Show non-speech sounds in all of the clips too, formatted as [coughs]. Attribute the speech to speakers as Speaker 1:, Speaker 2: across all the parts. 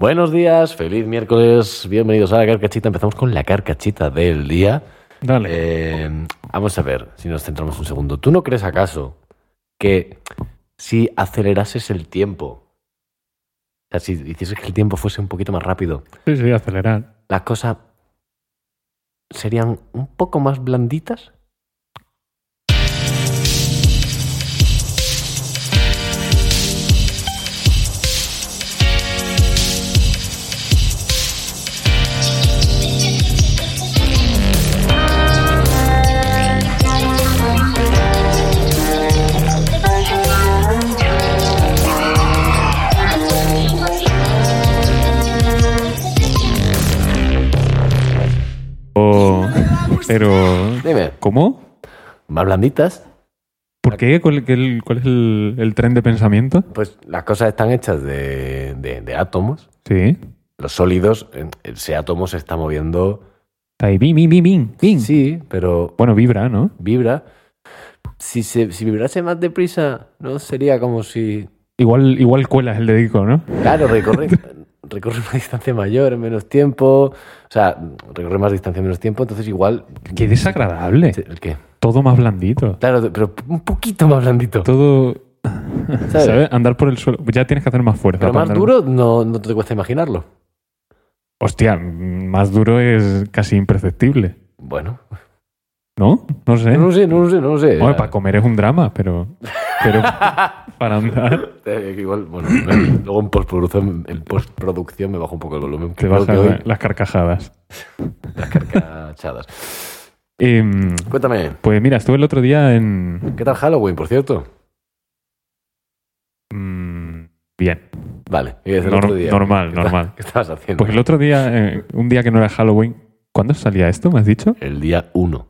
Speaker 1: Buenos días, feliz miércoles, bienvenidos a la carcachita. Empezamos con la carcachita del día.
Speaker 2: Dale.
Speaker 1: Eh, vamos a ver si nos centramos un segundo. ¿Tú no crees acaso que si acelerases el tiempo, o sea, si hicieses que el tiempo fuese un poquito más rápido,
Speaker 2: Sí, sí, acelerar.
Speaker 1: las cosas serían un poco más blanditas?
Speaker 2: O- Pero.
Speaker 1: Dime,
Speaker 2: ¿Cómo?
Speaker 1: ¿más blanditas?
Speaker 2: ¿Por qué? ¿Cuál, qué- el- cuál es el, el tren de pensamiento?
Speaker 1: Pues las cosas están hechas de, de- de átomos.
Speaker 2: Sí.
Speaker 1: Los sólidos, eh, ese átomo se está moviendo.
Speaker 2: Está ahí, bim, bim, bim, bim, bim.
Speaker 1: Sí, pero
Speaker 2: Bueno, vibra, ¿no?
Speaker 1: vibra. Si, se, si vibrase más deprisa, no sería como si.
Speaker 2: Igual, igual cuelas el dedico, ¿no?
Speaker 1: Claro,
Speaker 2: [laughs]
Speaker 1: recorre, recorre una distancia mayor en menos tiempo. O sea, recorre más distancia en menos tiempo, entonces igual.
Speaker 2: Qué desagradable.
Speaker 1: se- ¿El qué?
Speaker 2: Todo más blandito.
Speaker 1: Claro, pero un poquito más blandito.
Speaker 2: Todo.
Speaker 1: ¿Sabes?
Speaker 2: ¿Sabes? Andar por el suelo. Ya tienes que hacer más fuerza.
Speaker 1: Pero
Speaker 2: para
Speaker 1: más
Speaker 2: andar-
Speaker 1: duro no, no te cuesta imaginarlo.
Speaker 2: Hostia, más duro es casi imperceptible.
Speaker 1: Bueno,
Speaker 2: ¿No? No sé.
Speaker 1: no lo sé, no lo sé, no lo sé.
Speaker 2: Hombre, para comer es un drama, pero.
Speaker 1: [laughs]
Speaker 2: Pero para andar.
Speaker 1: Eh, que igual, bueno, me- luego en postproducción, en postproducción me bajo un poco el volumen.
Speaker 2: Te
Speaker 1: creo
Speaker 2: bajan
Speaker 1: que
Speaker 2: la-
Speaker 1: hoy
Speaker 2: las carcajadas.
Speaker 1: las carcachadas.
Speaker 2: Em,
Speaker 1: Cuéntame,
Speaker 2: pues mira, estuve el otro día en.
Speaker 1: ¿qué tal Halloween, por cierto?
Speaker 2: Mm, bien.
Speaker 1: Vale, y desde Pues el
Speaker 2: Nor-
Speaker 1: otro día. [laughs]
Speaker 2: normal,
Speaker 1: ¿Qué ta-
Speaker 2: normal.
Speaker 1: ¿Qué estabas haciendo?
Speaker 2: Pues el otro día, eh, un día que no era Halloween. ¿Cuándo salía esto? ¿Me has dicho?
Speaker 1: El día 1.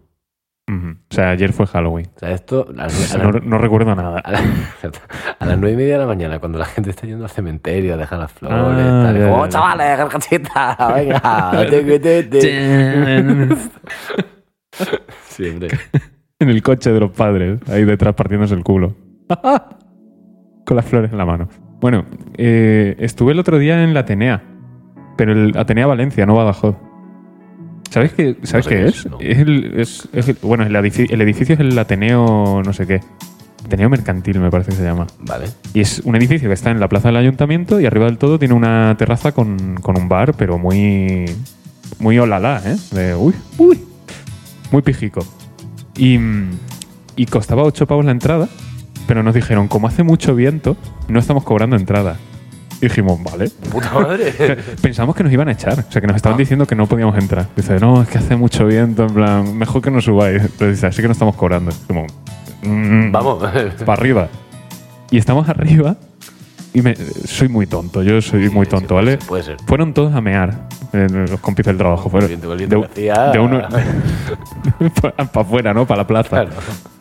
Speaker 2: Ujú. O sea, ayer fue Halloween.
Speaker 1: O sea, esto a, las- a
Speaker 2: No,
Speaker 1: las-
Speaker 2: no recuerdo nada.
Speaker 1: a las- [laughs] a las nueve y media de la mañana, cuando la gente está yendo al cementerio a dejar las flores,
Speaker 2: Ah,
Speaker 1: tal, y
Speaker 2: ya,
Speaker 1: como,
Speaker 2: ya, ya.
Speaker 1: chavales, carcachita,
Speaker 2: [laughs]
Speaker 1: venga, te, te, te". [laughs]
Speaker 2: en
Speaker 1: Siempre.
Speaker 2: [laughs] el coche de los padres, ahí detrás partiéndose el culo. [laughs] Con las flores en la mano. Bueno, eh, estuve el otro día en la Atenea. Pero el Atenea Valencia, no Badajoz. ¿Sabes qué, ¿sabes
Speaker 1: No sé
Speaker 2: qué
Speaker 1: qué
Speaker 2: es?
Speaker 1: es, no.
Speaker 2: Es el- es- es el- bueno, el edificio, el edificio es el Ateneo no sé qué. Ateneo Mercantil me parece que se llama.
Speaker 1: Vale.
Speaker 2: Y es un edificio que está en la plaza del ayuntamiento y arriba del todo tiene una terraza con, con un bar, pero muy. Muy olala, ¿eh? De, uy, uy. Muy pijico. Y, mm, y costaba 8 pavos la entrada, pero nos dijeron, como hace mucho viento, no estamos cobrando entrada. Y dijimos, vale. [laughs]
Speaker 1: Puta madre.
Speaker 2: Pensamos que nos iban a echar, o sea, que nos estaban diciendo que no podíamos entrar. Dice, no, es que hace mucho viento, en plan, mejor que no subáis. Pero dice, así que no estamos cobrando. Como, mm,
Speaker 1: Vamos.
Speaker 2: para arriba. Y estamos [laughs] arriba y me, soy muy tonto, yo soy muy tonto, ¿vale?
Speaker 1: Puede ser.
Speaker 2: Fueron todos a mear, eh, los compis del trabajo. Fueron
Speaker 1: Valiente,
Speaker 2: de,
Speaker 1: valiente, García.
Speaker 2: de uno [laughs] para afuera, ¿no? Para la plaza.
Speaker 1: Claro.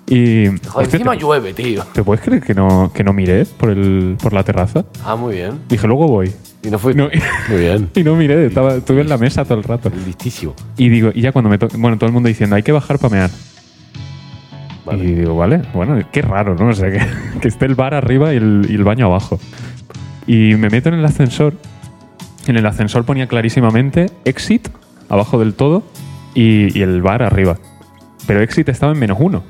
Speaker 2: Y
Speaker 1: Joder,
Speaker 2: hostia,
Speaker 1: encima
Speaker 2: ¿te,
Speaker 1: llueve, tío.
Speaker 2: te puedes creer que no, que no miré por, el, por la terraza?
Speaker 1: Ah, muy bien.
Speaker 2: Dije, luego voy.
Speaker 1: Y no fui.
Speaker 2: No.
Speaker 1: Muy bien.
Speaker 2: Y no miré, estaba, estuve en la mesa todo el rato.
Speaker 1: Listísimo.
Speaker 2: Y digo, y ya cuando me to- Bueno, todo el mundo diciendo, hay que bajar para mear.
Speaker 1: Vale.
Speaker 2: Y digo, vale, bueno, qué raro, ¿no? O sea, que, [laughs] que esté el bar arriba y el, y el baño abajo. Y me meto en el ascensor. En el ascensor ponía clarísimamente exit abajo del todo y, y el bar arriba. Pero exit estaba en menos uno.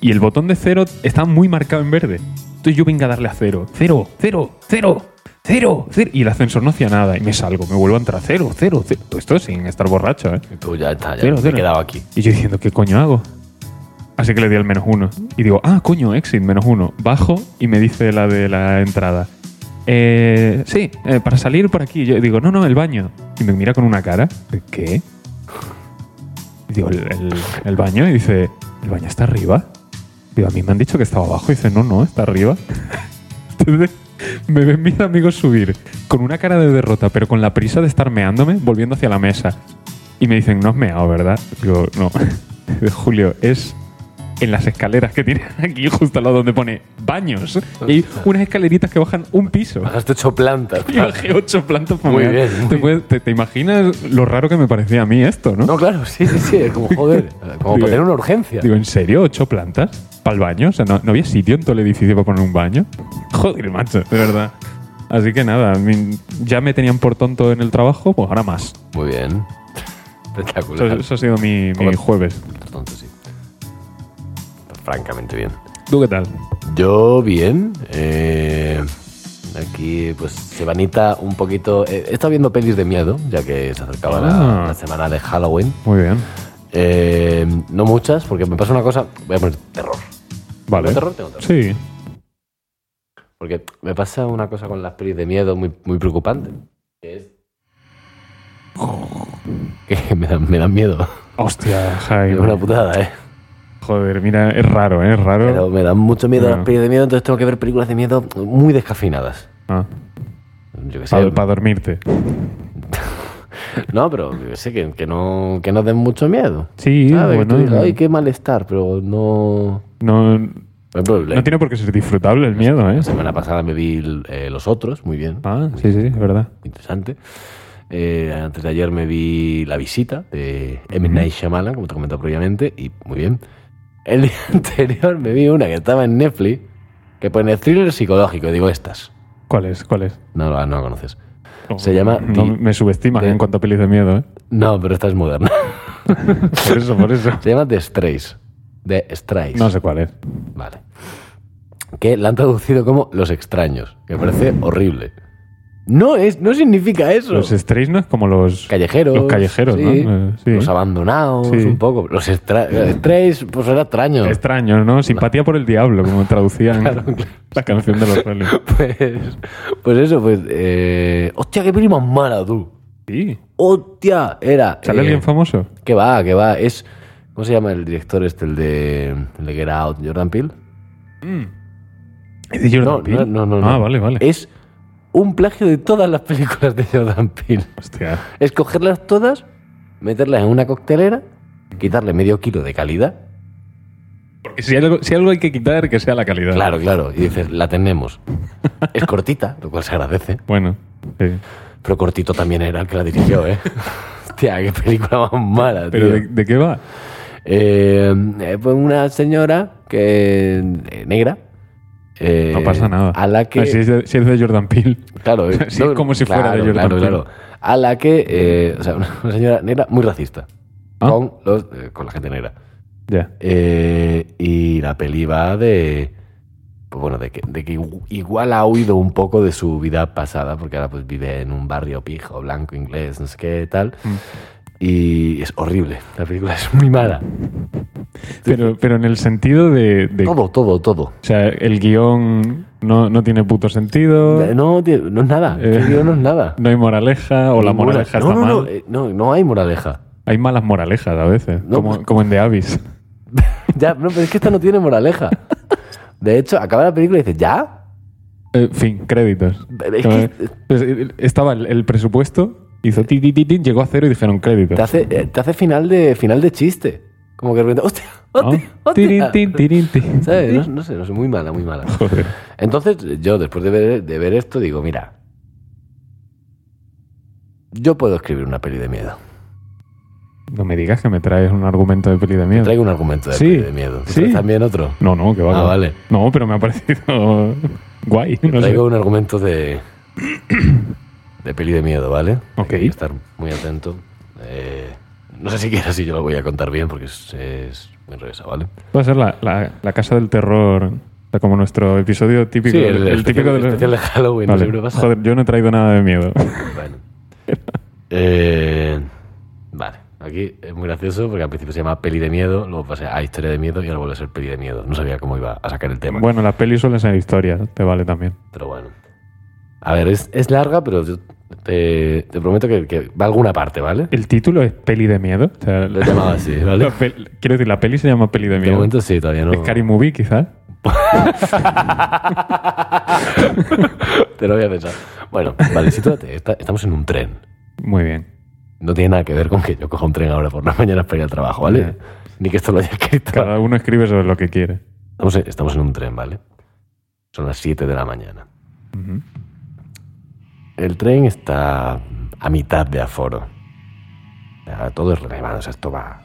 Speaker 2: Y el botón de cero estaba muy marcado en verde. Entonces yo venga a darle a cero. Cero, cero, cero, cero, cero. Y el ascensor no hacía nada. Y me salgo, me vuelvo a entrar. Cero, cero, cero. Todo esto sin estar borracho, ¿eh?
Speaker 1: Y Tú ya está, ya
Speaker 2: Cero,
Speaker 1: me
Speaker 2: cero.
Speaker 1: he quedado aquí.
Speaker 2: Y yo diciendo, ¿qué coño hago? Así que le di al menos uno. Y digo, ah, coño, exit, menos uno. Bajo y me dice la de la entrada. "Eh, sí, eh, para salir por aquí. Yo digo, no, no, el baño. Y me mira con una cara. de, ¿Qué? Y digo, el, el- el baño. Y dice, ¿el baño está arriba? Digo, a mí me han dicho que estaba abajo. Y dice, no, no, está arriba. [laughs] Entonces me ven mis amigos subir con una cara de derrota, pero con la prisa de estar meándome, volviendo hacia la mesa. Y me dicen, no has meado, ¿verdad? Digo, no. [laughs] Dice, Julio, es en las escaleras que tienen aquí, justo al lado donde pone baños. Y hay unas escaleritas que bajan un [laughs] piso.
Speaker 1: Has hecho
Speaker 2: [laughs]
Speaker 1: plantas.
Speaker 2: Y bajé ocho plantas para
Speaker 1: Muy
Speaker 2: mear.
Speaker 1: bien, muy
Speaker 2: ¿Te, puedes- te- te imaginas lo raro que me parecía a mí esto, no?
Speaker 1: No, claro, sí, sí, sí. es Como
Speaker 2: [laughs]
Speaker 1: joder. Como
Speaker 2: Digo,
Speaker 1: para tener una urgencia.
Speaker 2: Digo, ¿en serio? ¿Ocho plantas? [laughs] ¿Para el baño? O sea, ¿no, no había sitio en todo el edificio para poner un baño? Joder, macho, de verdad. Así que nada, mi- ya me tenían por tonto en el trabajo, pues ahora más.
Speaker 1: Muy bien.
Speaker 2: Eso,
Speaker 1: Espectacular.
Speaker 2: eso ha sido mi, mi
Speaker 1: Joder.
Speaker 2: jueves.
Speaker 1: Entonces sí. Francamente bien.
Speaker 2: ¿Tú qué tal?
Speaker 1: Yo bien. eh, aquí pues se vanita un poquito. eh, he estado viendo pelis de miedo, ya que se acercaba la-
Speaker 2: Ah.
Speaker 1: la semana de Halloween.
Speaker 2: Muy bien.
Speaker 1: Eh, no muchas, porque me pasa una cosa. Voy a poner terror.
Speaker 2: Vale.
Speaker 1: ¿Tengo terror? Tengo terror.
Speaker 2: Sí.
Speaker 1: Porque me pasa una cosa con las pelis de miedo muy, muy preocupante. Que es. Que [laughs] me dan, me dan miedo.
Speaker 2: Hostia, Jaime.
Speaker 1: Es una putada, ¿eh?
Speaker 2: Joder, mira, es raro, ¿eh? Es raro.
Speaker 1: Pero me dan mucho miedo
Speaker 2: Bueno.
Speaker 1: las pelis de miedo, entonces tengo que ver películas de miedo muy descafinadas.
Speaker 2: Ah,
Speaker 1: Yo que sé.
Speaker 2: para dormirte.
Speaker 1: No, pero yo que sé, que, que no, que no den mucho miedo.
Speaker 2: Sí,
Speaker 1: ¿Sabes? Ah, Que tú
Speaker 2: bueno.
Speaker 1: digas, Ay, qué malestar, pero no.
Speaker 2: no, no
Speaker 1: Por ejemplo, la
Speaker 2: tiene por qué ser disfrutable el miedo, ¿eh?
Speaker 1: semana pasada me vi eh, Los Otros, muy bien.
Speaker 2: Ah, sí, sí, es verdad.
Speaker 1: interesante. Eh, antes de ayer me vi La Visita de M. Night Shyamalan, como te he comentado previamente, y muy bien. El [laughs] día anterior me vi una que estaba en Netflix, que pone thriller psicológico, digo estas.
Speaker 2: ¿Cuál es? ¿Cuál es?
Speaker 1: No, la- no la conoces.
Speaker 2: Oh,
Speaker 1: Se llama
Speaker 2: No,
Speaker 1: The-
Speaker 2: me subestimas
Speaker 1: The-
Speaker 2: en cuanto a pelis de miedo, ¿eh?
Speaker 1: No, pero esta es moderna. [laughs]
Speaker 2: Por eso, por eso.
Speaker 1: Se llama The Strays. The Strays.
Speaker 2: No sé cuál es.
Speaker 1: Vale. Que la han traducido como Los Extraños, que me parece horrible. No, es, no significa eso.
Speaker 2: Los strays no es como los
Speaker 1: callejeros.
Speaker 2: Los callejeros,
Speaker 1: sí,
Speaker 2: ¿no? Eh, sí.
Speaker 1: Los abandonados,
Speaker 2: Sí.
Speaker 1: un poco. Los estra- estrés, pues era extraño.
Speaker 2: extraños, ¿no? Simpatía por el diablo, como traducían la canción de los Rolling.
Speaker 1: [laughs] Pues, pues eso, pues. eh, Hostia, qué peli más mala, tú.
Speaker 2: Sí.
Speaker 1: Hostia, era.
Speaker 2: ¿Sale
Speaker 1: eh,
Speaker 2: alguien famoso?
Speaker 1: Que va, que va. Es. ¿Cómo se llama el director este, el de, el de Get Out, Jordan Peele?
Speaker 2: ¿Es de
Speaker 1: No,
Speaker 2: Jordan Peele?
Speaker 1: no, no, Eh. no,
Speaker 2: Ah,
Speaker 1: no.
Speaker 2: vale, vale.
Speaker 1: Es un plagio de todas las películas de Jordan Peele.
Speaker 2: Hostia.
Speaker 1: Es cogerlas todas, meterlas en una coctelera, quitarle medio kilo de calidad.
Speaker 2: Porque si algo, si algo hay que quitar, que sea la calidad.
Speaker 1: Claro, claro. Y dices, la tenemos. Es cortita, lo cual se agradece.
Speaker 2: Bueno, sí.
Speaker 1: Pero cortito también era el que la dirigió,
Speaker 2: [laughs]
Speaker 1: ¿eh? Hostia, qué película más mala,
Speaker 2: ¿Pero
Speaker 1: tío.
Speaker 2: de, de qué va?
Speaker 1: Eh, eh, pues una señora que eh, negra. eh,
Speaker 2: No pasa nada.
Speaker 1: A la que.
Speaker 2: Ah, Si es de, si es de Jordan Peele.
Speaker 1: Claro, eh,
Speaker 2: [laughs] Sí, es como si fuera de Jordan
Speaker 1: claro,
Speaker 2: Peele.
Speaker 1: claro. A la que. eh, o sea, una una señora negra muy racista.
Speaker 2: Ah.
Speaker 1: Con, los, eh, con la gente negra.
Speaker 2: Ya.
Speaker 1: Eh, y la peli va de. pues bueno, de que, de que igu- igual ha huido un poco de su vida pasada, porque ahora pues vive en un barrio pijo, blanco, inglés, no sé qué, tal.
Speaker 2: Mm.
Speaker 1: Y es horrible. La película es muy mala.
Speaker 2: Pero, pero en el sentido de. de- o
Speaker 1: Todo, todo, todo.
Speaker 2: sea, el guión no, no tiene puto sentido.
Speaker 1: Eh, No, tío, no es nada.
Speaker 2: Eh.
Speaker 1: El guión no es nada.
Speaker 2: No hay moraleja, o la
Speaker 1: Ninguna.
Speaker 2: moraleja
Speaker 1: no,
Speaker 2: está
Speaker 1: no, no,
Speaker 2: mal.
Speaker 1: eh, no, no hay moraleja.
Speaker 2: Hay malas moralejas a veces,
Speaker 1: No,
Speaker 2: como,
Speaker 1: pues-
Speaker 2: como en
Speaker 1: [laughs]
Speaker 2: The Abyss.
Speaker 1: ya, no, pero es que esta no tiene moraleja. De hecho, acaba la película y dices, ¿ya?
Speaker 2: Eh, fin, créditos.
Speaker 1: Pero es que-
Speaker 2: Eh, pues, eh, estaba el, el presupuesto, hizo ti, ti, ti, ti, llegó a cero y dijeron créditos.
Speaker 1: Te hace, eh, te hace final, de, final de chiste. Como que de repente, hostia,
Speaker 2: ¿No?
Speaker 1: hostia, hostia.
Speaker 2: Ah, Tirin, tin, tirin,
Speaker 1: [laughs]
Speaker 2: tin.
Speaker 1: ¿Sabes? No, no sé, no sé, muy mala, muy mala.
Speaker 2: Joder.
Speaker 1: Entonces, yo después de ver, de ver esto, digo, mira, yo puedo escribir una peli de miedo.
Speaker 2: No me digas que me traes un argumento de peli de miedo.
Speaker 1: Traigo un argumento de
Speaker 2: Sí,
Speaker 1: peli de miedo. ¿Tú
Speaker 2: sí.
Speaker 1: traes también otro?
Speaker 2: No, no, que va.
Speaker 1: Ah,
Speaker 2: que va.
Speaker 1: vale.
Speaker 2: No, pero me ha parecido [laughs] guay. No sé.
Speaker 1: Traigo un argumento
Speaker 2: [coughs]
Speaker 1: de, de peli de miedo, ¿vale?
Speaker 2: Ok.
Speaker 1: Hay que estar muy atento. Eh, no sé siquiera si yo lo voy a contar bien porque es, es muy revesa, ¿vale?
Speaker 2: Va a ser la, la- la casa del terror, o sea, como nuestro episodio típico.
Speaker 1: especial-
Speaker 2: típico del-
Speaker 1: especial de Halloween,
Speaker 2: Vale.
Speaker 1: siempre pasa.
Speaker 2: Joder, yo no he traído nada de miedo.
Speaker 1: [laughs]
Speaker 2: [laughs]
Speaker 1: Bueno. Eh, vale, aquí es muy gracioso porque al principio se llama peli de miedo, luego pasa a historia de miedo y ahora vuelve a ser peli de miedo. No sabía cómo iba a sacar el tema,
Speaker 2: bueno, las pelis suelen ser historias, te vale también.
Speaker 1: pero bueno. A ver, es, es larga, pero yo te, te prometo que, que va a alguna parte, ¿vale?
Speaker 2: ¿El título es peli de miedo? O sea,
Speaker 1: Lo he llamado así, ¿vale?
Speaker 2: [laughs] la pel- quiero decir, la peli se llama peli de
Speaker 1: De
Speaker 2: miedo.
Speaker 1: momento sí, todavía no.
Speaker 2: Scary Movie, quizás.
Speaker 1: [laughs] Te lo voy a pensar. Bueno, vale, sitúate. Está- estamos en un tren.
Speaker 2: Muy bien.
Speaker 1: No tiene nada que ver con que yo coja un tren ahora por la [laughs] mañana para ir al trabajo, ¿vale?
Speaker 2: Ya.
Speaker 1: Ni que esto lo haya escrito. [laughs]
Speaker 2: Cada uno escribe sobre lo que quiere.
Speaker 1: Estamos en, estamos en un tren, ¿vale? Son las 7 de la mañana.
Speaker 2: Ujú.
Speaker 1: El tren está a mitad de aforo. Ya, todo es relevante, o sea, esto va,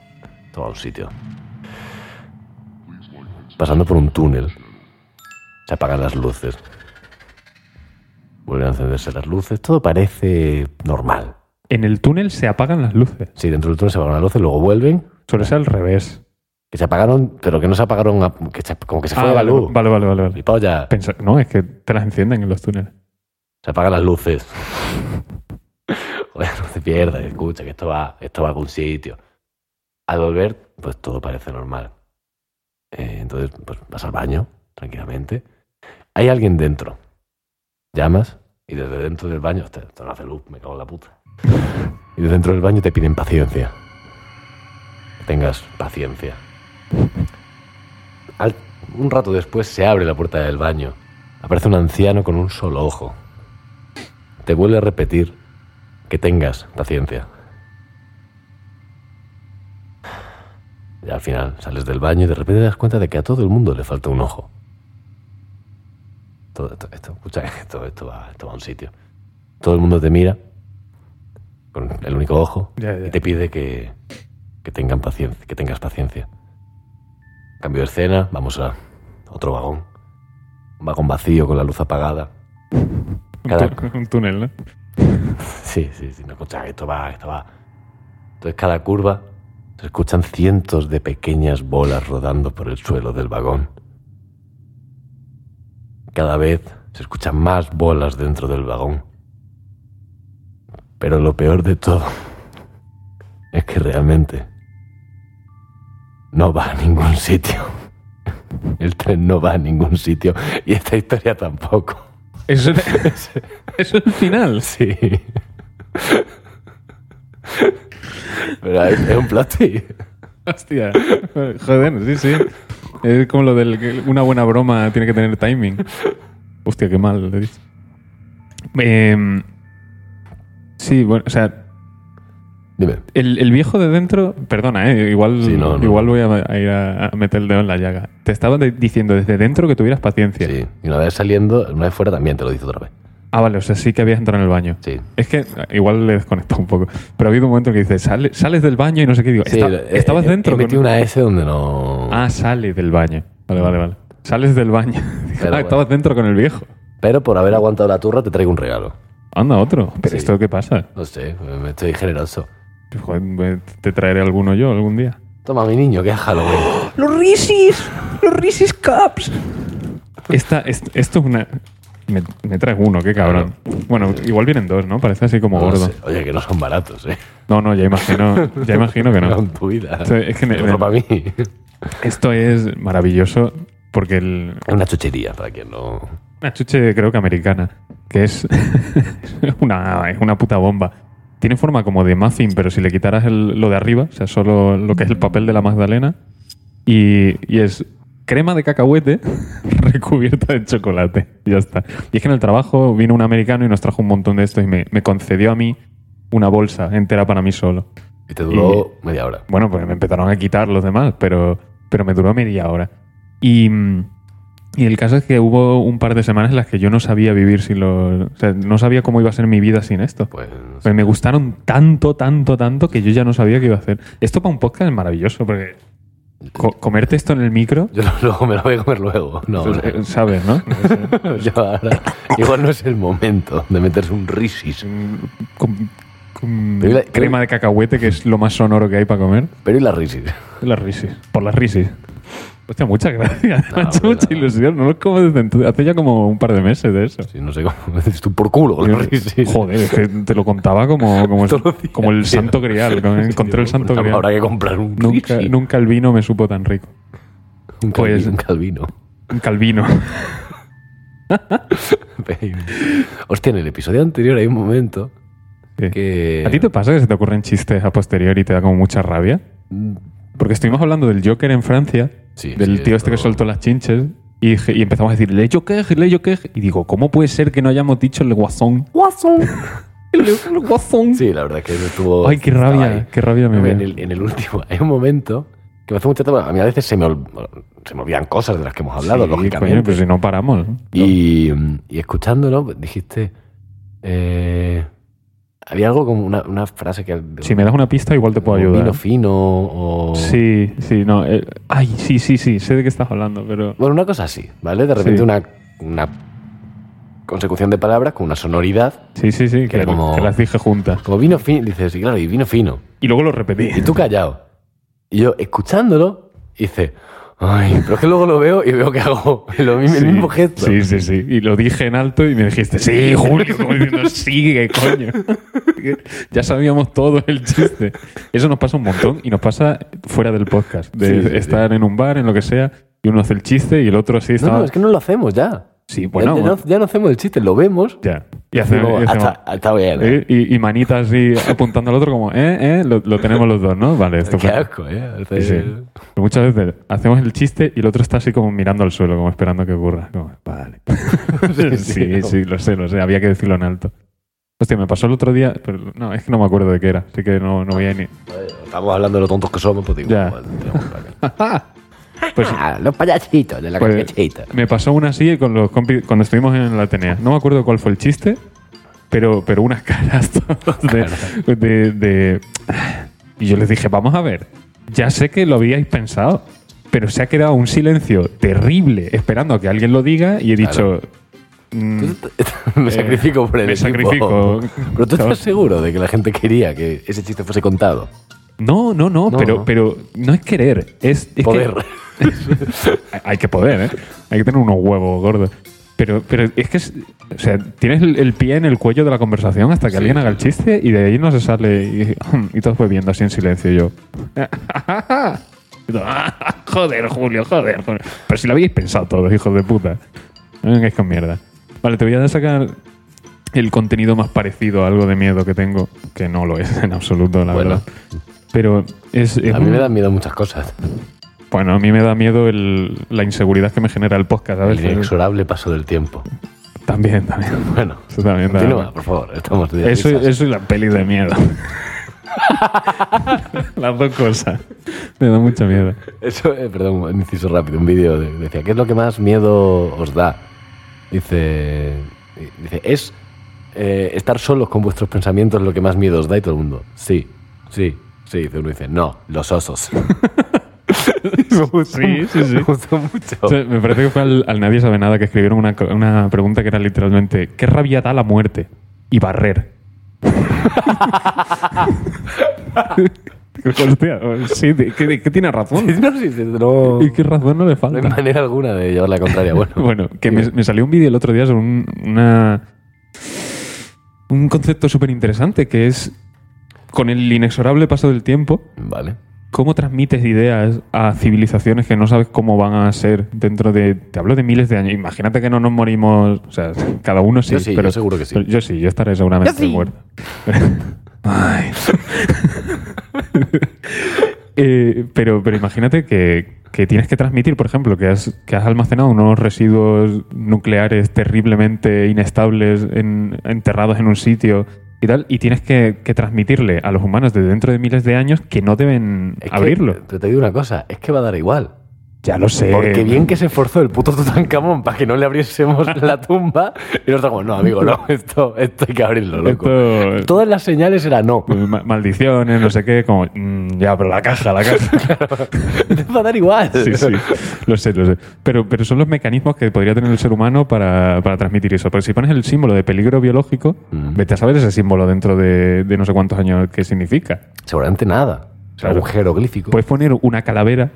Speaker 1: esto va a un sitio. Pasando por un túnel, se apagan las luces. vuelven a encenderse las luces, todo parece normal.
Speaker 2: En el túnel se apagan las luces.
Speaker 1: Sí, dentro del túnel se apagan las luces, luego vuelven,
Speaker 2: Suele ser al revés.
Speaker 1: que se apagaron, pero que no se apagaron, a- que se- como que se fue
Speaker 2: Ah,
Speaker 1: la
Speaker 2: vale,
Speaker 1: luz.
Speaker 2: Vale, vale, vale. vale.
Speaker 1: Y polla,
Speaker 2: Pensa- no, es que te las encienden en los túneles.
Speaker 1: se apagan las luces. [laughs] Joder, no te pierdas, escucha, que esto va, esto va a algún sitio. Al volver, pues todo parece normal. Eh, entonces, pues vas al baño, tranquilamente. Hay alguien dentro. Llamas y desde dentro del baño, hostia, esto no hace luz, me cago en la puta. Y desde dentro del baño te piden paciencia. Que tengas paciencia. Al- un rato después se abre la puerta del baño. Aparece un anciano con un solo ojo. Te vuelve a repetir que tengas paciencia. Y al final sales del baño y de repente te das cuenta de que a todo el mundo le falta un ojo. Todo esto, esto- escucha, [laughs] esto, esto va, esto va a un sitio. Todo el mundo te mira con el único ojo
Speaker 2: Ya, ya.
Speaker 1: y te pide que, que tengan paciencia, que tengas paciencia. Cambio de escena, vamos a otro vagón. Un vagón vacío con la luz apagada.
Speaker 2: Un,
Speaker 1: Cada-
Speaker 2: tú- un túnel, ¿no?
Speaker 1: Sí, sí, sí, no escucha, esto va, esto va. Entonces cada curva se escuchan cientos de pequeñas bolas rodando por el suelo del vagón. Cada vez se escuchan más bolas dentro del vagón. Pero lo peor de todo [laughs] es que realmente no va a ningún sitio. [laughs] El tren no va a ningún sitio y esta historia tampoco. [laughs]
Speaker 2: Eso, [laughs] eso es el final.
Speaker 1: Sí. Pero es, es un plot twist.
Speaker 2: Hostia. Joder, sí, sí. Es como lo del que una buena broma tiene que tener timing. Hostia, qué mal lo he dicho. Em, sí, bueno, o sea,
Speaker 1: Dime.
Speaker 2: el, el viejo de dentro, perdona, eh, igual,
Speaker 1: Sí, no, no.
Speaker 2: igual voy a, a ir a, a meter el dedo en la llaga. Te estaba de- diciendo desde dentro que tuvieras paciencia.
Speaker 1: Sí. Y una vez saliendo, una vez fuera también te lo dice otra vez.
Speaker 2: Ah, vale, o sea, sí que habías entrado en el baño.
Speaker 1: Sí.
Speaker 2: Es que eh, igual le desconecto un poco. Pero ha habido un momento en que dices, "Sale- sales del baño y no sé qué. Digo,
Speaker 1: Sí,
Speaker 2: "Esta-
Speaker 1: he-
Speaker 2: estabas
Speaker 1: he-
Speaker 2: dentro.
Speaker 1: He
Speaker 2: con-
Speaker 1: metido una S donde no.
Speaker 2: Ah, sale del baño. Vale, vale, vale. Sales del baño. [laughs]
Speaker 1: Pero
Speaker 2: ah,
Speaker 1: bueno.
Speaker 2: estabas dentro con el viejo.
Speaker 1: Pero por haber aguantado la turra te traigo un regalo.
Speaker 2: Anda, otro. Pero
Speaker 1: Sí.
Speaker 2: esto qué pasa?
Speaker 1: No sé, me estoy generoso.
Speaker 2: Joder, me- te traeré alguno yo algún día.
Speaker 1: Toma, mi niño, que es Halloween.
Speaker 3: Los Reese's, los Reese's Cups.
Speaker 2: Esta, est- esto es una. Me, me traes uno, qué cabrón. Bueno, igual vienen dos, ¿no? Parece así como
Speaker 1: No
Speaker 2: gordo.
Speaker 1: sé. Oye, que no son baratos, ¿eh?
Speaker 2: No, no, ya imagino, ya imagino
Speaker 1: [laughs]
Speaker 2: que no.
Speaker 1: Son tu vida.
Speaker 2: Sí, es que me-
Speaker 1: Otro
Speaker 2: me-
Speaker 1: para mí. Es
Speaker 2: Esto es maravilloso porque el,
Speaker 1: una chuchería, para quien no.
Speaker 2: Una chuche creo que americana, que es [laughs] es una, es una puta bomba. Tiene forma como de muffin, pero si le quitaras el- lo de arriba, o sea, solo lo que es el papel de la magdalena, y, y es crema de cacahuete [laughs] recubierta de chocolate. Y Ya está. Y es que en el trabajo vino un americano y nos trajo un montón de esto y me, me concedió a mí una bolsa entera para mí solo.
Speaker 1: Y te duró media hora.
Speaker 2: Bueno, pues me empezaron a quitar los demás, pero, pero me duró media hora. Y, mm, y el caso es que hubo un par de semanas en las que yo no sabía vivir sin los... O sea, no sabía cómo iba a ser mi vida sin esto.
Speaker 1: Pues. no sé.
Speaker 2: Pues me gustaron tanto, tanto, tanto que yo ya no sabía qué iba a hacer. Esto para un podcast es maravilloso, porque co- comerte esto en el micro,
Speaker 1: Yo [laughs] luego me lo voy a comer luego. No,
Speaker 2: pues,
Speaker 1: [laughs] no.
Speaker 2: eh, sabes, ¿no?
Speaker 1: Yo ahora- igual no es el momento de meterse un risis.
Speaker 2: Con, con
Speaker 1: Pero y la-
Speaker 2: crema de cacahuete, que es lo más sonoro que hay para comer.
Speaker 1: Pero y la risis.
Speaker 2: Las risis. Por las risis. Hostia, muchas gracias.
Speaker 1: No,
Speaker 2: [laughs] Me ha hecho
Speaker 1: hombre,
Speaker 2: mucha
Speaker 1: no.
Speaker 2: ilusión. No los como desde entonces. Hace ya como un par de meses de eso.
Speaker 1: Sí, no sé cómo dices tú por culo la risis.
Speaker 2: Joder, es que te lo contaba
Speaker 1: [laughs]
Speaker 2: como, como,
Speaker 1: Todos los días,
Speaker 2: como el
Speaker 1: tío. [laughs]
Speaker 2: santo grial. como Encontré el santo
Speaker 1: Habrá
Speaker 2: grial.
Speaker 1: que comprar un
Speaker 2: Nunca,
Speaker 1: risis.
Speaker 2: nunca el vino me supo tan rico.
Speaker 1: un, calvino,
Speaker 2: pues-
Speaker 1: un calvino. [laughs]
Speaker 2: Un calvino. pues.
Speaker 1: Hostia, en el episodio anterior hay un momento
Speaker 2: Sí.
Speaker 1: que...
Speaker 2: ¿A ti te pasa que se te ocurren chistes a posteriori y te da como mucha rabia? Porque estuvimos hablando del Joker en Francia,
Speaker 1: Mm. Sí,
Speaker 2: del
Speaker 1: sí,
Speaker 2: tío este que
Speaker 1: esto-
Speaker 2: soltó las chinches, y, dije- y empezamos a decir, le Joker, le Joker. Y digo, ¿cómo puede ser que no hayamos dicho
Speaker 1: [laughs]
Speaker 2: el guasón?
Speaker 1: Guasón.
Speaker 2: El, el guasón.
Speaker 1: Sí, la verdad es que eso estuvo...
Speaker 2: Ay, qué
Speaker 1: estaba
Speaker 2: rabia,
Speaker 1: ahí.
Speaker 2: qué rabia me
Speaker 1: en
Speaker 2: dio.
Speaker 1: el, en el último, hay un momento que me hace mucha... A mí a veces se me, ol- se me olvidan cosas de las que hemos hablado,
Speaker 2: Sí,
Speaker 1: lógicamente.
Speaker 2: coño, pero si no paramos. ¿no?
Speaker 1: Y, y escuchándolo, pues, dijiste. eh, había algo como una, una frase que.
Speaker 2: Si me das una pista, igual te puedo
Speaker 1: como
Speaker 2: ayudar.
Speaker 1: Vino fino o.
Speaker 2: Sí, sí, no. eh, ay, sí, sí, sí, sé de qué estás hablando, pero.
Speaker 1: Bueno, una cosa así, ¿vale? De repente
Speaker 2: Sí.
Speaker 1: una, una consecución de palabras con una sonoridad.
Speaker 2: Sí, sí, sí, que,
Speaker 1: como-
Speaker 2: que las dije juntas.
Speaker 1: Como vino fino, dices, y claro, y vino fino.
Speaker 2: Y luego lo repetí.
Speaker 1: Y tú callado. Y yo, escuchándolo, dice, ay, pero es que luego lo veo y veo que hago [laughs] lo mismo, el
Speaker 2: Sí,
Speaker 1: mismo gesto.
Speaker 2: Sí, sí, sí. Y lo dije en alto y me dijiste, sí, Julio, como diciendo, sigue, coño. [laughs] ya sabíamos todo el chiste. Eso nos pasa un montón y nos pasa fuera del podcast. De
Speaker 1: Sí, sí,
Speaker 2: estar en un bar, en lo que sea, y uno hace el chiste y el otro sí
Speaker 1: No,
Speaker 2: está.
Speaker 1: no, es que no lo hacemos ya.
Speaker 2: Sí, bueno,
Speaker 1: ya, ya no, ya no hacemos el chiste, lo vemos.
Speaker 2: ya. Y
Speaker 1: Digo,
Speaker 2: hacemos. y hacemos-
Speaker 1: "Ah, está, está bien. ¿eh?
Speaker 2: ¿eh? Y, y manita así apuntando al otro como, eh, eh, lo, lo tenemos los dos, ¿no? Vale, esto
Speaker 1: Qué
Speaker 2: fue-
Speaker 1: asco, ¿eh?
Speaker 2: Sí, sí. Pero Muchas veces hacemos el chiste y el otro está así como mirando al suelo, como esperando que ocurra. Como, vale. [laughs] sí, sí, lo sé, lo sé. Había que decirlo en alto. Hostia, me pasó el otro día, pero no, es que no me acuerdo de qué era, así que no, no voy a ni...
Speaker 1: Estamos hablando de lo tontos que somos, pues digo,
Speaker 2: Ya.
Speaker 1: "Bueno, tenemos para acá".
Speaker 2: [laughs] Pues
Speaker 1: Ah, los payasitos de la
Speaker 2: Pues-
Speaker 1: croquetita.
Speaker 2: me pasó una así con los compis cuando estuvimos en la Atenea. No me acuerdo cuál fue el chiste, pero, pero unas [laughs] caras todos de, de- de- Y yo les dije, vamos a ver, ya sé que lo habíais pensado, pero se ha quedado un silencio terrible esperando a que alguien lo diga y he dicho... mm,
Speaker 1: [laughs] me
Speaker 2: Eh,
Speaker 1: sacrifico por el
Speaker 2: me
Speaker 1: equipo.
Speaker 2: sacrifico.
Speaker 1: Pero tú
Speaker 2: Chaval.
Speaker 1: estás seguro de que la gente quería que ese chiste fuese contado.
Speaker 2: No, no, no,
Speaker 1: No,
Speaker 2: pero,
Speaker 1: no.
Speaker 2: pero no es querer, es, es que-
Speaker 1: Poder.
Speaker 2: hay- hay que poder, ¿eh? Hay que tener unos huevos gordos. Pero, pero es que, es- o sea, tienes el, el pie en el cuello de la conversación hasta que
Speaker 1: Sí,
Speaker 2: alguien
Speaker 1: sí,
Speaker 2: haga el
Speaker 1: sí.
Speaker 2: chiste y de ahí no se sale y, y [laughs] todos pues viendo así en silencio
Speaker 1: [laughs]
Speaker 2: y yo. y todo, joder, Julio, joder, joder. Pero si lo habéis pensado todos, hijos de puta. No vengáis con mierda. Vale, te voy a sacar el contenido más parecido a algo de miedo que tengo, que no lo es en absoluto, la
Speaker 1: Bueno.
Speaker 2: verdad. Pero es, es
Speaker 1: A mí
Speaker 2: un- Pues
Speaker 1: me dan miedo muchas cosas.
Speaker 2: bueno, a mí me da miedo el- la inseguridad que me genera el podcast a
Speaker 1: El
Speaker 2: veces.
Speaker 1: inexorable paso del tiempo.
Speaker 2: También, también.
Speaker 1: Bueno,
Speaker 2: Eso también da-
Speaker 1: continúa, por favor. Estamos de
Speaker 2: Eso,
Speaker 1: risas.
Speaker 2: eso y la peli
Speaker 1: [laughs]
Speaker 2: de miedo. Las dos cosas. Me da mucha miedo.
Speaker 1: Eso, eh, perdón, un inciso rápido, un vídeo de- decía, ¿qué es lo que más miedo os da? Dice, dice es eh, estar solos con vuestros pensamientos lo que más miedo os da y todo el mundo. Sí, sí, sí, dice uno, dice, no, los
Speaker 2: [laughs]
Speaker 1: osos.
Speaker 2: Sí, sí, sí.
Speaker 1: Me gustó mucho. [laughs]
Speaker 2: O sea, me parece que fue al, al Nadie sabe nada que escribieron una, co- una pregunta que era literalmente ¿Qué rabia da la muerte?
Speaker 1: [laughs]
Speaker 2: Y barrer. [laughs] Hostia, sí, de- que, de- que tiene razón.
Speaker 1: No, sí, sí, no,
Speaker 2: ¿Y qué razón no le
Speaker 1: no
Speaker 2: falta?
Speaker 1: hay manera alguna de llevar la contraria. Bueno, [laughs]
Speaker 2: [laughs] Bueno, que me, me salió un vídeo el otro día sobre un, una- un concepto súper interesante que es con el inexorable paso del tiempo,
Speaker 1: vale.
Speaker 2: cómo transmites ideas a civilizaciones que no sabes cómo van a ser dentro de. Te hablo de miles de años. Imagínate que no nos morimos. O sea, cada uno sí.
Speaker 1: Yo sí,
Speaker 2: pero,
Speaker 1: yo seguro que sí.
Speaker 2: pero Yo sí, yo estaré seguramente muerto. Ay. Eh, pero, pero imagínate que, que tienes que transmitir, por ejemplo, que has, que has almacenado unos residuos nucleares terriblemente inestables en- enterrados en un sitio y tal, y tienes que, que transmitirle a los humanos de dentro de miles de años que no deben
Speaker 1: Es que-
Speaker 2: abrirlo.
Speaker 1: pero te digo una cosa, es que va a dar igual.
Speaker 2: ya lo sé.
Speaker 1: Porque bien que se esforzó el puto Tutankamón para que no le abriésemos [laughs] la tumba. Y nosotros como, no, amigo, no, [laughs] esto, esto hay que abrirlo, loco.
Speaker 2: Esto-
Speaker 1: Todas las señales eran no.
Speaker 2: ma- [laughs] maldiciones, no sé qué, como, mm, ya, pero la caja, la caja.
Speaker 1: [laughs]
Speaker 2: [laughs]
Speaker 1: Te va a dar igual.
Speaker 2: Sí, sí, [laughs] lo sé, lo sé. Pero, pero son los mecanismos que podría tener el ser humano para, para transmitir eso. Porque si pones el símbolo de peligro biológico,
Speaker 1: Mm.
Speaker 2: vete a saber ese símbolo dentro de, de no sé cuántos años qué significa.
Speaker 1: Seguramente nada. O sea,
Speaker 2: Claro. Pues-
Speaker 1: un jeroglífico.
Speaker 2: Puedes poner una calavera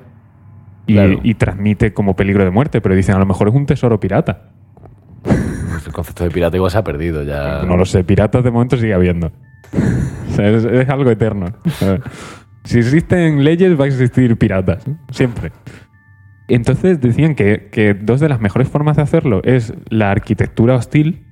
Speaker 2: y,
Speaker 1: Claro.
Speaker 2: y transmite como peligro de muerte, pero dicen a lo mejor es un tesoro pirata.
Speaker 1: Pues el concepto de pirata igual se ha perdido ya.
Speaker 2: No lo sé, piratas de momento sigue habiendo.
Speaker 1: [laughs]
Speaker 2: O sea, es, es algo eterno. Si existen leyes, va a existir piratas. Siempre. Entonces decían que, que dos de las mejores formas de hacerlo es la arquitectura hostil,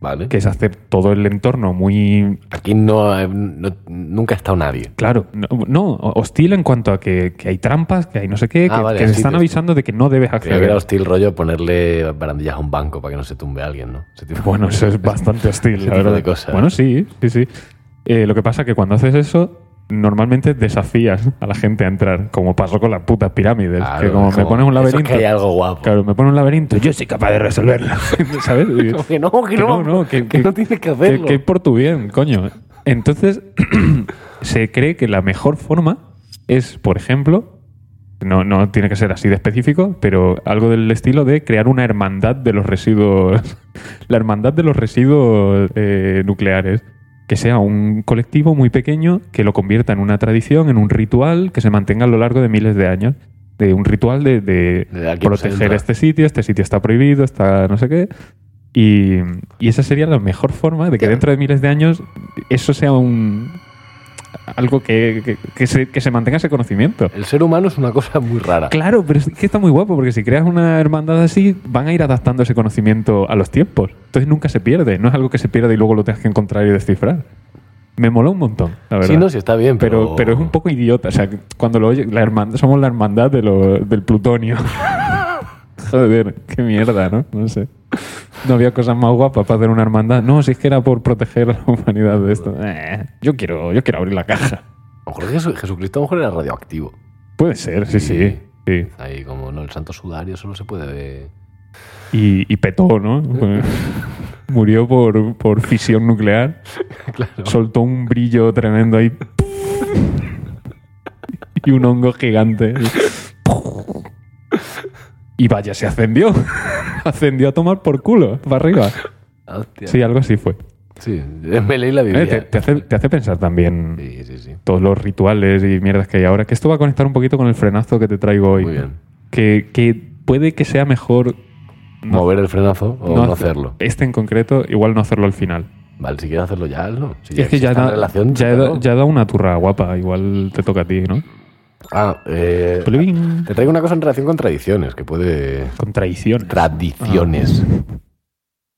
Speaker 1: Vale.
Speaker 2: que es hacer todo el entorno muy...
Speaker 1: Aquí no, ha- no- nunca ha estado nadie.
Speaker 2: Claro, no, no, hostil en cuanto a que, que hay trampas, que hay no sé qué,
Speaker 1: Ah,
Speaker 2: que,
Speaker 1: vale,
Speaker 2: que se
Speaker 1: así
Speaker 2: están
Speaker 1: te-
Speaker 2: avisando de que no debes
Speaker 1: Creo que
Speaker 2: acceder.
Speaker 1: era hostil rollo ponerle barandillas a un banco para que no se tumbe alguien, ¿no? Ese tipo-
Speaker 2: Bueno, eso es bastante hostil,
Speaker 1: Ese
Speaker 2: la
Speaker 1: tipo
Speaker 2: verdad.
Speaker 1: de cosas.
Speaker 2: Bueno, sí, sí, sí. Eh, lo que pasa es que cuando haces eso, normalmente desafías a la gente a entrar, como pasó con las putas pirámides.
Speaker 1: Claro,
Speaker 2: que como,
Speaker 1: es
Speaker 2: me pones
Speaker 1: eso
Speaker 2: un
Speaker 1: es
Speaker 2: laberinto.
Speaker 1: que hay algo guapo.
Speaker 2: Claro, me pones un laberinto, yo soy capaz de resolverlo. [laughs] ¿Sabes?
Speaker 1: [laughs]
Speaker 2: Y-
Speaker 1: Como Que no, que, no, que, no tienes que hacerlo.
Speaker 2: Que, es por tu bien, coño. [clears throat] Entonces, se cree que la mejor forma es, por ejemplo, No, no tiene que ser así de específico, pero algo del estilo de crear una hermandad de los residuos. [laughs] la hermandad de los residuos eh, nucleares. Que sea un colectivo muy pequeño que lo convierta en una tradición, en un ritual que se mantenga a lo largo de miles de años. De un ritual de, de
Speaker 1: De aquí no se
Speaker 2: proteger
Speaker 1: entra.
Speaker 2: este sitio, este sitio está prohibido, está no sé qué. Y, y esa sería la mejor forma de que
Speaker 1: Ya.
Speaker 2: dentro de miles de años eso sea un algo que, que- que se, que se mantenga ese conocimiento.
Speaker 1: El ser humano es una cosa muy rara.
Speaker 2: Claro, pero es que está muy guapo, porque si creas una hermandad así, van a ir adaptando ese conocimiento a los tiempos. Entonces nunca se pierde, no es algo que se pierda y luego lo tengas que encontrar y descifrar. Me moló un montón, la verdad.
Speaker 1: Sí, no, sí, está bien, pero...
Speaker 2: pero, pero es un poco idiota, o sea, cuando lo oyes, la hermandad, somos la hermandad de lo- del plutonio. Joder, qué mierda, ¿no? No sé. No había cosas más guapas para hacer una hermandad. No, si es que era por proteger a la humanidad de esto. Eh, yo, quiero, yo quiero abrir la caja.
Speaker 1: A lo mejor Jesu- Jesucristo a lo mejor era radioactivo.
Speaker 2: Puede ser, sí, sí. sí.
Speaker 1: Ahí como, no, el santo sudario solo se puede ver...
Speaker 2: Y, y petó, ¿no? Murió por, por fisión nuclear. [laughs]
Speaker 1: Claro.
Speaker 2: Soltó un brillo tremendo ahí. y un hongo gigante. y vaya, se ascendió. ascendió a tomar por culo, para arriba.
Speaker 1: Hostia.
Speaker 2: Sí, algo así fue.
Speaker 1: Sí, me leí la
Speaker 2: Eh,
Speaker 1: Biblia.
Speaker 2: te, te hace, te hace pensar también
Speaker 1: Sí, sí, sí.
Speaker 2: todos los rituales y mierdas que hay ahora. Que esto va a conectar un poquito con el frenazo que te traigo hoy.
Speaker 1: Muy bien.
Speaker 2: Que, que puede que sea mejor No.
Speaker 1: Mover el frenazo o no, hacerlo.
Speaker 2: Este en concreto, igual no hacerlo al final.
Speaker 1: Vale, si quieres hacerlo ya, hazlo. Si
Speaker 2: es que ya,
Speaker 1: existe
Speaker 2: da-
Speaker 1: la relación,
Speaker 2: ya, he da-
Speaker 1: chátalo.
Speaker 2: ya he dado una turra guapa, igual te toca a ti, ¿no?
Speaker 1: Ah, eh,
Speaker 2: Plin.
Speaker 1: te traigo una cosa en relación con tradiciones, que puede...
Speaker 2: Con traición.
Speaker 1: Tradiciones.
Speaker 2: Ah.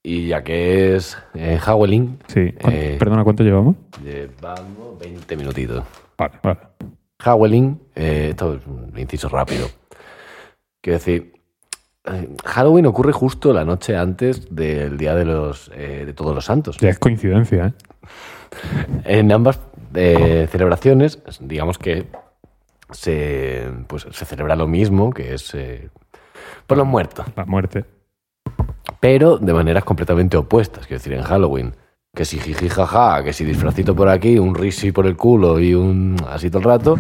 Speaker 1: Y ya que es eh, Howling,
Speaker 2: sí. ¿Cuán-
Speaker 1: Eh.
Speaker 2: Perdona, ¿cuánto llevamos?
Speaker 1: llevamos 20 minutitos.
Speaker 2: Vale, vale. pues
Speaker 1: Howling, eh, esto es un inciso rápido. Quiero decir, eh, Halloween ocurre justo la noche antes del Día de los eh, de Todos los Santos.
Speaker 2: Ya es coincidencia, ¿eh?
Speaker 1: En ambas eh, celebraciones, digamos que se, pues, se celebra lo mismo, que es eh, por los muertos,
Speaker 2: La muerte.
Speaker 1: pero de maneras completamente opuestas. Quiero decir, en Halloween, que si jiji jaja, que si disfracito por aquí, un risi por el culo y un así todo el rato,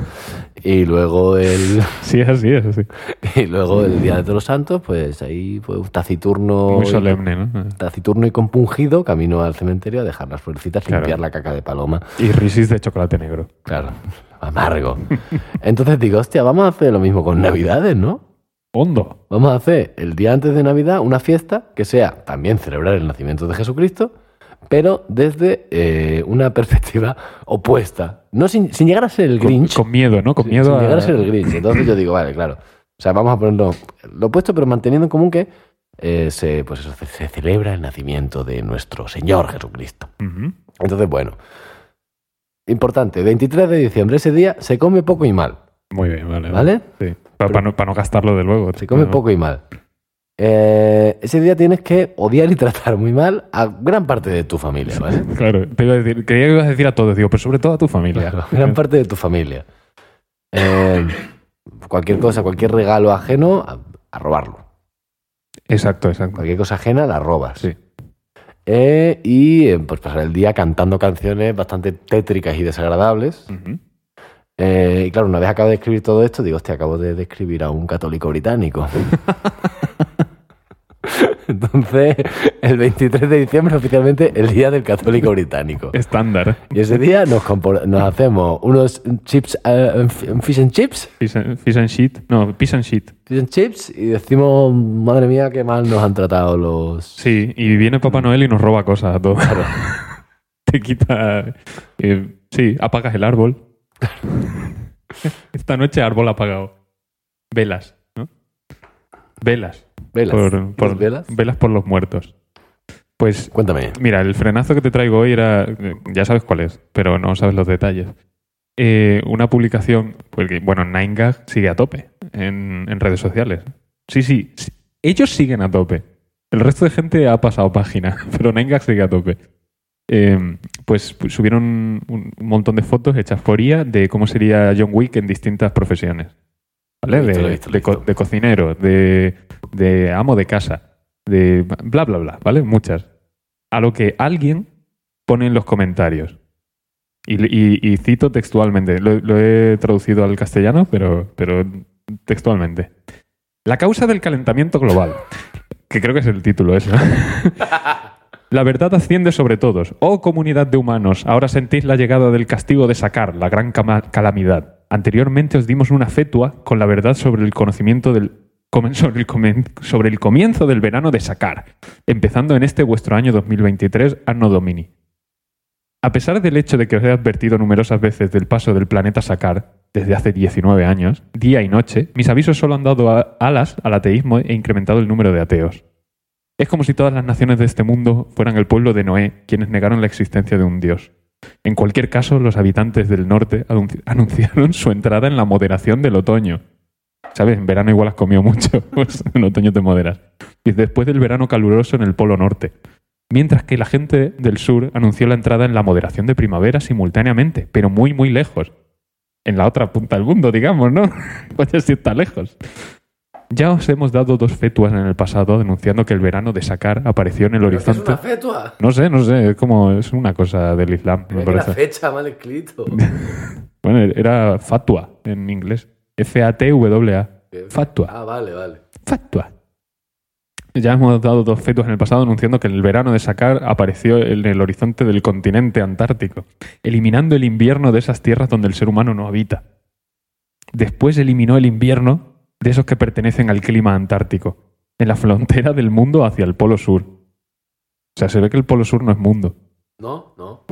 Speaker 1: y luego el,
Speaker 2: Sí, es así, es así.
Speaker 1: [laughs] y luego el Día de Todos los Santos, pues ahí pues, un taciturno.
Speaker 2: Mm. Muy
Speaker 1: y-
Speaker 2: solemne, ¿no?
Speaker 1: Taciturno y compungido, camino al cementerio a dejar las florecitas y
Speaker 2: Claro.
Speaker 1: limpiar la caca de paloma.
Speaker 2: Y risis de chocolate negro.
Speaker 1: Claro, [laughs] amargo. Entonces digo, hostia, vamos a hacer lo mismo con Navidades, ¿no?
Speaker 2: Hondo.
Speaker 1: Vamos a hacer el día antes de Navidad una fiesta que sea también celebrar el nacimiento de Jesucristo, pero desde eh, una [laughs] perspectiva opuesta. No sin, sin llegar a ser el
Speaker 2: Con,
Speaker 1: Grinch.
Speaker 2: con miedo, ¿no? Con
Speaker 1: sin-
Speaker 2: miedo
Speaker 1: sin llegar
Speaker 2: a...
Speaker 1: a ser el Grinch. Entonces yo digo, vale, claro. O sea, vamos a ponerlo lo opuesto, pero manteniendo en común que eh, se, pues eso, se- se celebra el nacimiento de nuestro Señor Jesucristo.
Speaker 2: Ujú.
Speaker 1: Entonces, bueno. Importante, 23 de diciembre, ese día se come poco y mal,
Speaker 2: Muy bien, vale.
Speaker 1: ¿vale?
Speaker 2: Sí. Para no, pa no gastarlo de luego.
Speaker 1: Se come
Speaker 2: ¿no?
Speaker 1: poco y mal. Eh, ese día tienes que odiar y tratar muy mal a gran parte de tu familia,
Speaker 2: [laughs]
Speaker 1: ¿vale?
Speaker 2: Claro, te iba a decir, creía que ibas a decir a todos, digo, pero sobre todo a tu familia. [laughs]
Speaker 1: Claro, gran parte de tu familia. Eh, cualquier cosa, cualquier regalo ajeno, a, a robarlo.
Speaker 2: Exacto, exacto.
Speaker 1: Cualquier cosa ajena, la robas.
Speaker 2: Sí.
Speaker 1: Eh, y eh, pues pasar el día cantando canciones bastante tétricas y desagradables.
Speaker 2: Ujú.
Speaker 1: Eh, y claro, una vez acabo de escribir todo esto, digo, hostia, acabo de describir a un católico
Speaker 2: [laughs]
Speaker 1: británico. Entonces, el 23 de diciembre es oficialmente el Día del Católico Británico.
Speaker 2: Estándar.
Speaker 1: Y ese día nos, compor- nos hacemos unos chips, eh, fish and chips,
Speaker 2: Fish and, fish and shit. No, fish and shit.
Speaker 1: fish and chips, y decimos, madre mía, qué mal nos han tratado los...
Speaker 2: Sí, y viene Papá Noel y nos roba cosas a todos.
Speaker 1: Claro.
Speaker 2: [laughs] Te quita. eh, sí, apagas el árbol. Esta noche árbol apagado. Velas, ¿no? Velas.
Speaker 1: Velas.
Speaker 2: Por, por-
Speaker 1: ¿Velas?
Speaker 2: velas por los muertos. Pues
Speaker 1: Cuéntame.
Speaker 2: Mira, el frenazo que te traigo hoy era. eh, Ya sabes cuál es, pero no sabes los detalles. Eh, una publicación, porque, bueno, 9gag sigue a tope en, en redes sociales. Sí, sí, sí, ellos siguen a tope. El resto de gente ha pasado página, [laughs] pero 9gag sigue a tope. Eh, pues pues, subieron un, un montón de fotos hechas por IA de cómo sería John Wick en distintas profesiones. ¿Vale?
Speaker 1: Lo he visto,
Speaker 2: de,
Speaker 1: lo he visto, lo he
Speaker 2: de co-
Speaker 1: visto.
Speaker 2: de cocinero, de, de amo de casa, de bla, bla, bla, ¿vale? Muchas. A lo que alguien pone en los comentarios. Y, y- y cito textualmente, lo, lo he traducido al castellano, pero, pero textualmente. La causa del calentamiento global, que creo que es el título ese. La verdad asciende sobre todos. Oh comunidad de humanos, ahora sentís la llegada del castigo de sacar, la gran cama- calamidad. Anteriormente os dimos una fetua con la verdad sobre el conocimiento del comen- sobre el, comen- sobre el comienzo del verano de sacar, empezando en este vuestro año 2023 anno domini. A pesar del hecho de que os he advertido numerosas veces del paso del planeta Sacar desde hace 19 años, día y noche, mis avisos solo han dado a- alas al ateísmo e incrementado el número de ateos. Es como si todas las naciones de este mundo fueran el pueblo de Noé, quienes negaron la existencia de un dios. En cualquier caso, los habitantes del norte anunci- [laughs] anunciaron su entrada en la moderación del otoño. ¿Sabes? En verano igual has comido mucho, [laughs] pues en otoño te moderas. Y después del verano caluroso en el polo norte. Mientras que la gente del sur anunció la entrada en la moderación de primavera simultáneamente, pero muy, muy lejos. En la otra punta del mundo, digamos, ¿no? [laughs] Pues sí está lejos. Ya os hemos dado dos fetuas en el pasado denunciando que el verano de sacar apareció en el horizonte.
Speaker 1: fetua.
Speaker 2: No sé, no sé, es como es una cosa del Islam, me parece.
Speaker 1: fecha mal
Speaker 2: [laughs]
Speaker 1: escrito.
Speaker 2: Bueno, era fatua en inglés. F-A-T-W-A. Fatua.
Speaker 1: Ah, vale, vale.
Speaker 2: Fatua. Ya hemos dado dos fetuas en el pasado anunciando que el verano de sacar apareció en el horizonte del continente antártico, eliminando el invierno de esas tierras donde el ser humano no habita. Después eliminó el invierno de esos que pertenecen al clima antártico, en la frontera del mundo hacia el polo sur. O sea, se ve que el polo sur no es mundo.
Speaker 1: No, no.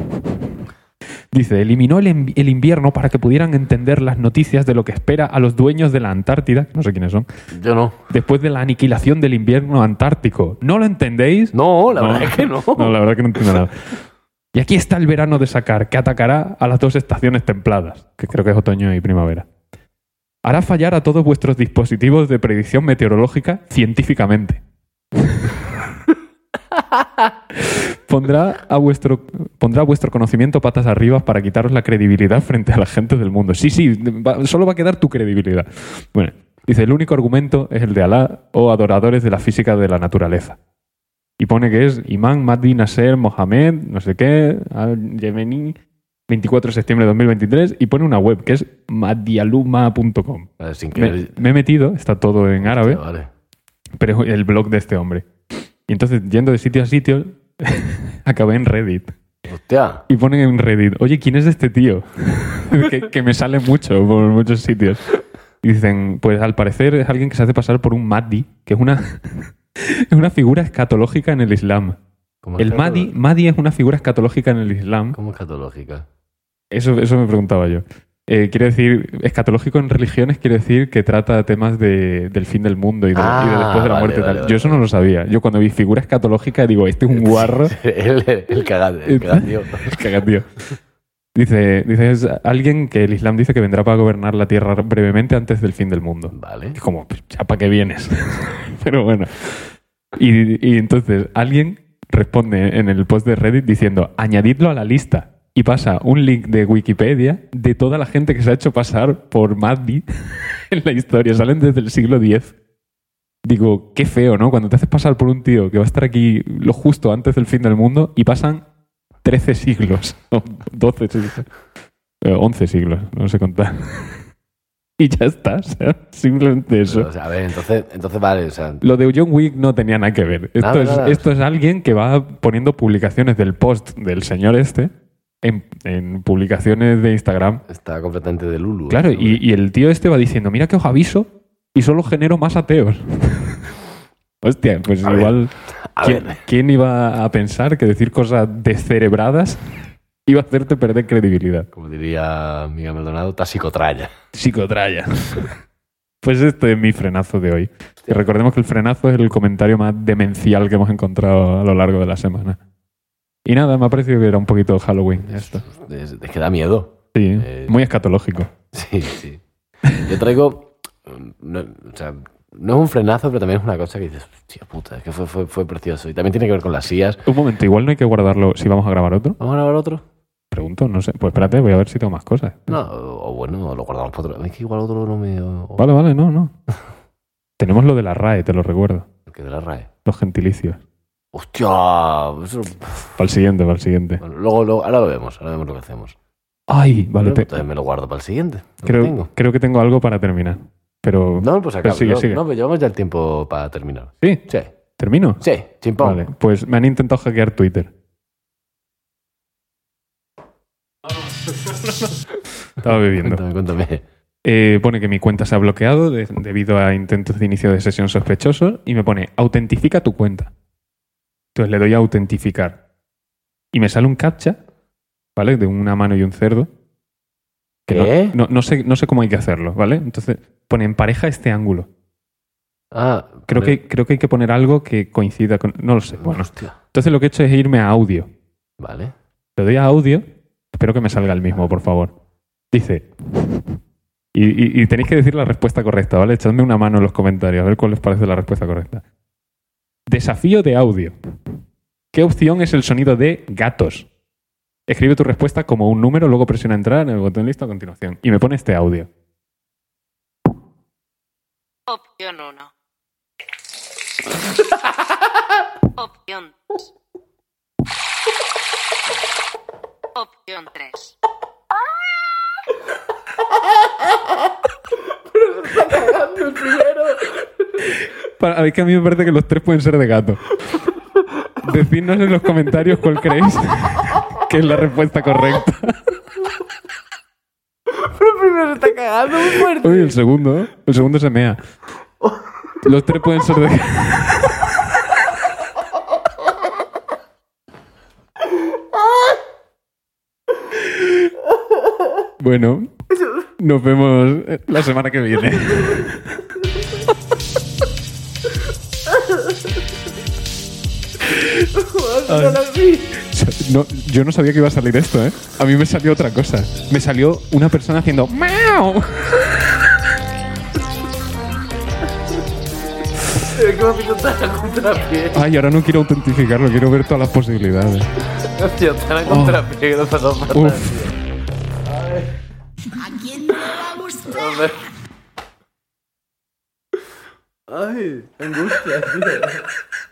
Speaker 2: Dice, eliminó el, en- el invierno para que pudieran entender las noticias de lo que espera a los dueños de la Antártida, que no sé quiénes son,
Speaker 1: Yo no.
Speaker 2: después de la aniquilación del invierno antártico. ¿No lo entendéis?
Speaker 1: No, la
Speaker 2: No.
Speaker 1: verdad es que
Speaker 2: [laughs]
Speaker 1: no.
Speaker 2: No, la verdad que no entiendo nada. Y aquí está el verano de sacar, que atacará a las dos estaciones templadas, que creo que es otoño y primavera. Hará fallar a todos vuestros dispositivos de predicción meteorológica científicamente. pondrá, a vuestro, pondrá vuestro conocimiento patas arriba para quitaros la credibilidad frente a la gente del mundo. Sí, sí, va- solo va a quedar tu credibilidad. Bueno, dice, el único argumento es el de Alá o adoradores de la física de la naturaleza. Y pone que es Imán Mahdi Nasser Mohamed, no sé qué, al Yemení, 24 de septiembre de 2023, y pone una web que es madialuma.com.
Speaker 1: Vale, Sin
Speaker 2: Me,
Speaker 1: querer.
Speaker 2: me he metido, está todo en árabe,
Speaker 1: Vale.
Speaker 2: pero es el blog de este hombre. Y entonces, yendo de sitio a sitio, [laughs] acabé en Reddit.
Speaker 1: Hostia.
Speaker 2: Y ponen en Reddit, oye, ¿quién es este tío? [laughs] que, que me sale mucho por muchos sitios. Y dicen, pues al parecer es alguien que se hace pasar por un Mahdi, que es una, [laughs] es una figura escatológica en el Islam.
Speaker 1: ¿Cómo
Speaker 2: El
Speaker 1: es
Speaker 2: Mahdi,
Speaker 1: catol-
Speaker 2: Mahdi es una figura escatológica en el Islam.
Speaker 1: ¿Cómo es catológica? [laughs]
Speaker 2: Eso, eso me preguntaba yo. Eh, quiere decir, escatológico en religiones quiere decir que trata temas de- del fin del mundo y de,
Speaker 1: Ah,
Speaker 2: y de después de la
Speaker 1: vale,
Speaker 2: muerte. y
Speaker 1: vale,
Speaker 2: tal.
Speaker 1: vale,
Speaker 2: yo eso no lo sabía. Yo cuando vi figura escatológica digo,
Speaker 1: [laughs]
Speaker 2: este es un guarro.
Speaker 1: El, el, el cagado, el cagado, tío.
Speaker 2: [laughs] Caga, tío. Dice, dice, es alguien que el Islam dice que vendrá para gobernar la tierra brevemente antes del fin del mundo.
Speaker 1: Vale.
Speaker 2: Es como, pues, ya para qué vienes. [laughs] Pero bueno. Y, y entonces alguien responde en el post de Reddit diciendo, añadidlo a la lista. Y pasa un link de Wikipedia de toda la gente que se ha hecho pasar por Maddi [laughs] en la historia. Salen desde el siglo X. Digo, qué feo, ¿no? Cuando te haces pasar por un tío que va a estar aquí lo justo antes del fin del mundo y pasan 13 siglos, [laughs] o 12 siglos, eh, 11 siglos, no sé contar. [laughs] y ya está, o sea, simplemente eso.
Speaker 1: Pero, o sea, a ver, entonces, entonces vale, o sea,
Speaker 2: Lo de John Wick no tenía nada que ver. Esto,
Speaker 1: Nada,
Speaker 2: es,
Speaker 1: nada.
Speaker 2: esto es alguien que va poniendo publicaciones del post del señor este en, en publicaciones de Instagram.
Speaker 1: está completamente de Lulu.
Speaker 2: Claro,
Speaker 1: ¿eh?
Speaker 2: y, y el tío este va diciendo, mira que os aviso y solo genero más ateos. [laughs] Hostia, pues
Speaker 1: A ver,
Speaker 2: igual,
Speaker 1: A
Speaker 2: ¿quién,
Speaker 1: ver,
Speaker 2: quién iba a pensar que decir cosas descerebradas iba a hacerte perder credibilidad?
Speaker 1: como diría Miguel Maldonado, está psicotraya.
Speaker 2: Psicotraya. pues este es mi frenazo de hoy. Y recordemos que el frenazo es el comentario más demencial que hemos encontrado a lo largo de la semana. Y nada, me ha parecido que era un poquito Halloween esto.
Speaker 1: Es, es que da miedo.
Speaker 2: Sí,
Speaker 1: Eh,
Speaker 2: muy escatológico.
Speaker 1: Sí, sí. Yo traigo. mm, No, o sea, no es un frenazo, pero también es una cosa que dices, hostia puta, es que fue, fue, fue precioso. Y también tiene que ver con las sillas.
Speaker 2: Un momento, igual no hay que guardarlo si vamos a grabar otro.
Speaker 1: ¿Vamos a grabar otro?
Speaker 2: Pregunto, no sé. Pues espérate, voy a ver si tengo más cosas.
Speaker 1: No, o, o bueno, lo guardamos para otro. Es que igual otro no me. o- o-
Speaker 2: Vale, vale, no, no. Tenemos lo de la RAE, te lo recuerdo.
Speaker 1: el que de la RAE.
Speaker 2: Los gentilicios.
Speaker 1: ¡Hostia! Eso-
Speaker 2: Para el siguiente, para el siguiente.
Speaker 1: bueno, luego, luego- ahora lo vemos, ahora vemos lo que hacemos.
Speaker 2: Ay, vale,
Speaker 1: Bueno,
Speaker 2: te-
Speaker 1: entonces me lo guardo para el siguiente. Lo
Speaker 2: creo,
Speaker 1: tengo.
Speaker 2: creo que tengo algo para terminar. Pero.
Speaker 1: No, pues
Speaker 2: pero
Speaker 1: acabo.
Speaker 2: sigue,
Speaker 1: no,
Speaker 2: sigue.
Speaker 1: no, pues llevamos ya el tiempo para terminar.
Speaker 2: Sí,
Speaker 1: Sí,
Speaker 2: termino.
Speaker 1: sí, chimpón.
Speaker 2: Vale, pues me han intentado hackear Twitter. Estaba bebiendo.
Speaker 1: Cuéntame, cuéntame.
Speaker 2: Eh, pone que mi cuenta se ha bloqueado de- debido a intentos de inicio de sesión sospechosos y me pone autentifica tu cuenta. Entonces le doy a autentificar. Y me sale un captcha, ¿vale? De una mano y un cerdo. Que no-
Speaker 1: ¿Qué?
Speaker 2: No, no sé, no sé cómo hay que hacerlo, ¿vale? Entonces pone en pareja este ángulo.
Speaker 1: Ah,
Speaker 2: Creo,
Speaker 1: vale.
Speaker 2: que, creo que hay que poner algo que coincida con... No lo sé. Bueno,
Speaker 1: Hostia.
Speaker 2: entonces lo que he hecho es irme a audio.
Speaker 1: Vale.
Speaker 2: Le doy a audio. Espero que me salga el mismo, por favor. Dice. Y, y- y tenéis que decir la respuesta correcta, ¿vale? Echadme una mano en los comentarios, a ver cuál os parece la respuesta correcta. Desafío de audio. ¿Qué opción es el sonido de gatos? Escribe tu respuesta como un número, luego presiona entrar en el botón listo a continuación. Y me pone este audio.
Speaker 4: Opción 1. Opción 2. Opción 3.
Speaker 2: Para- es que a mí me parece que los tres pueden ser de gato. Decidnos en los comentarios cuál creéis que es la respuesta correcta.
Speaker 1: Pero primero se está cagando muy fuerte.
Speaker 2: Uy, el segundo, ¿eh? El segundo se mea. Los tres pueden ser de. bueno, nos vemos la semana que viene. [laughs] No, yo no sabía que iba a salir esto, ¿eh? A mí me salió otra cosa. Me salió una persona haciendo ¡Miau!
Speaker 1: ¿Cómo te contas la contrapié?
Speaker 2: Ay, ahora no quiero autentificarlo, quiero ver todas las posibilidades.
Speaker 1: Hostia, está la contrapié que lo he pasado fatal.
Speaker 2: Uf.
Speaker 5: ¿A quién no le va a gustar?
Speaker 1: Hombre. Ay, angustia, tío.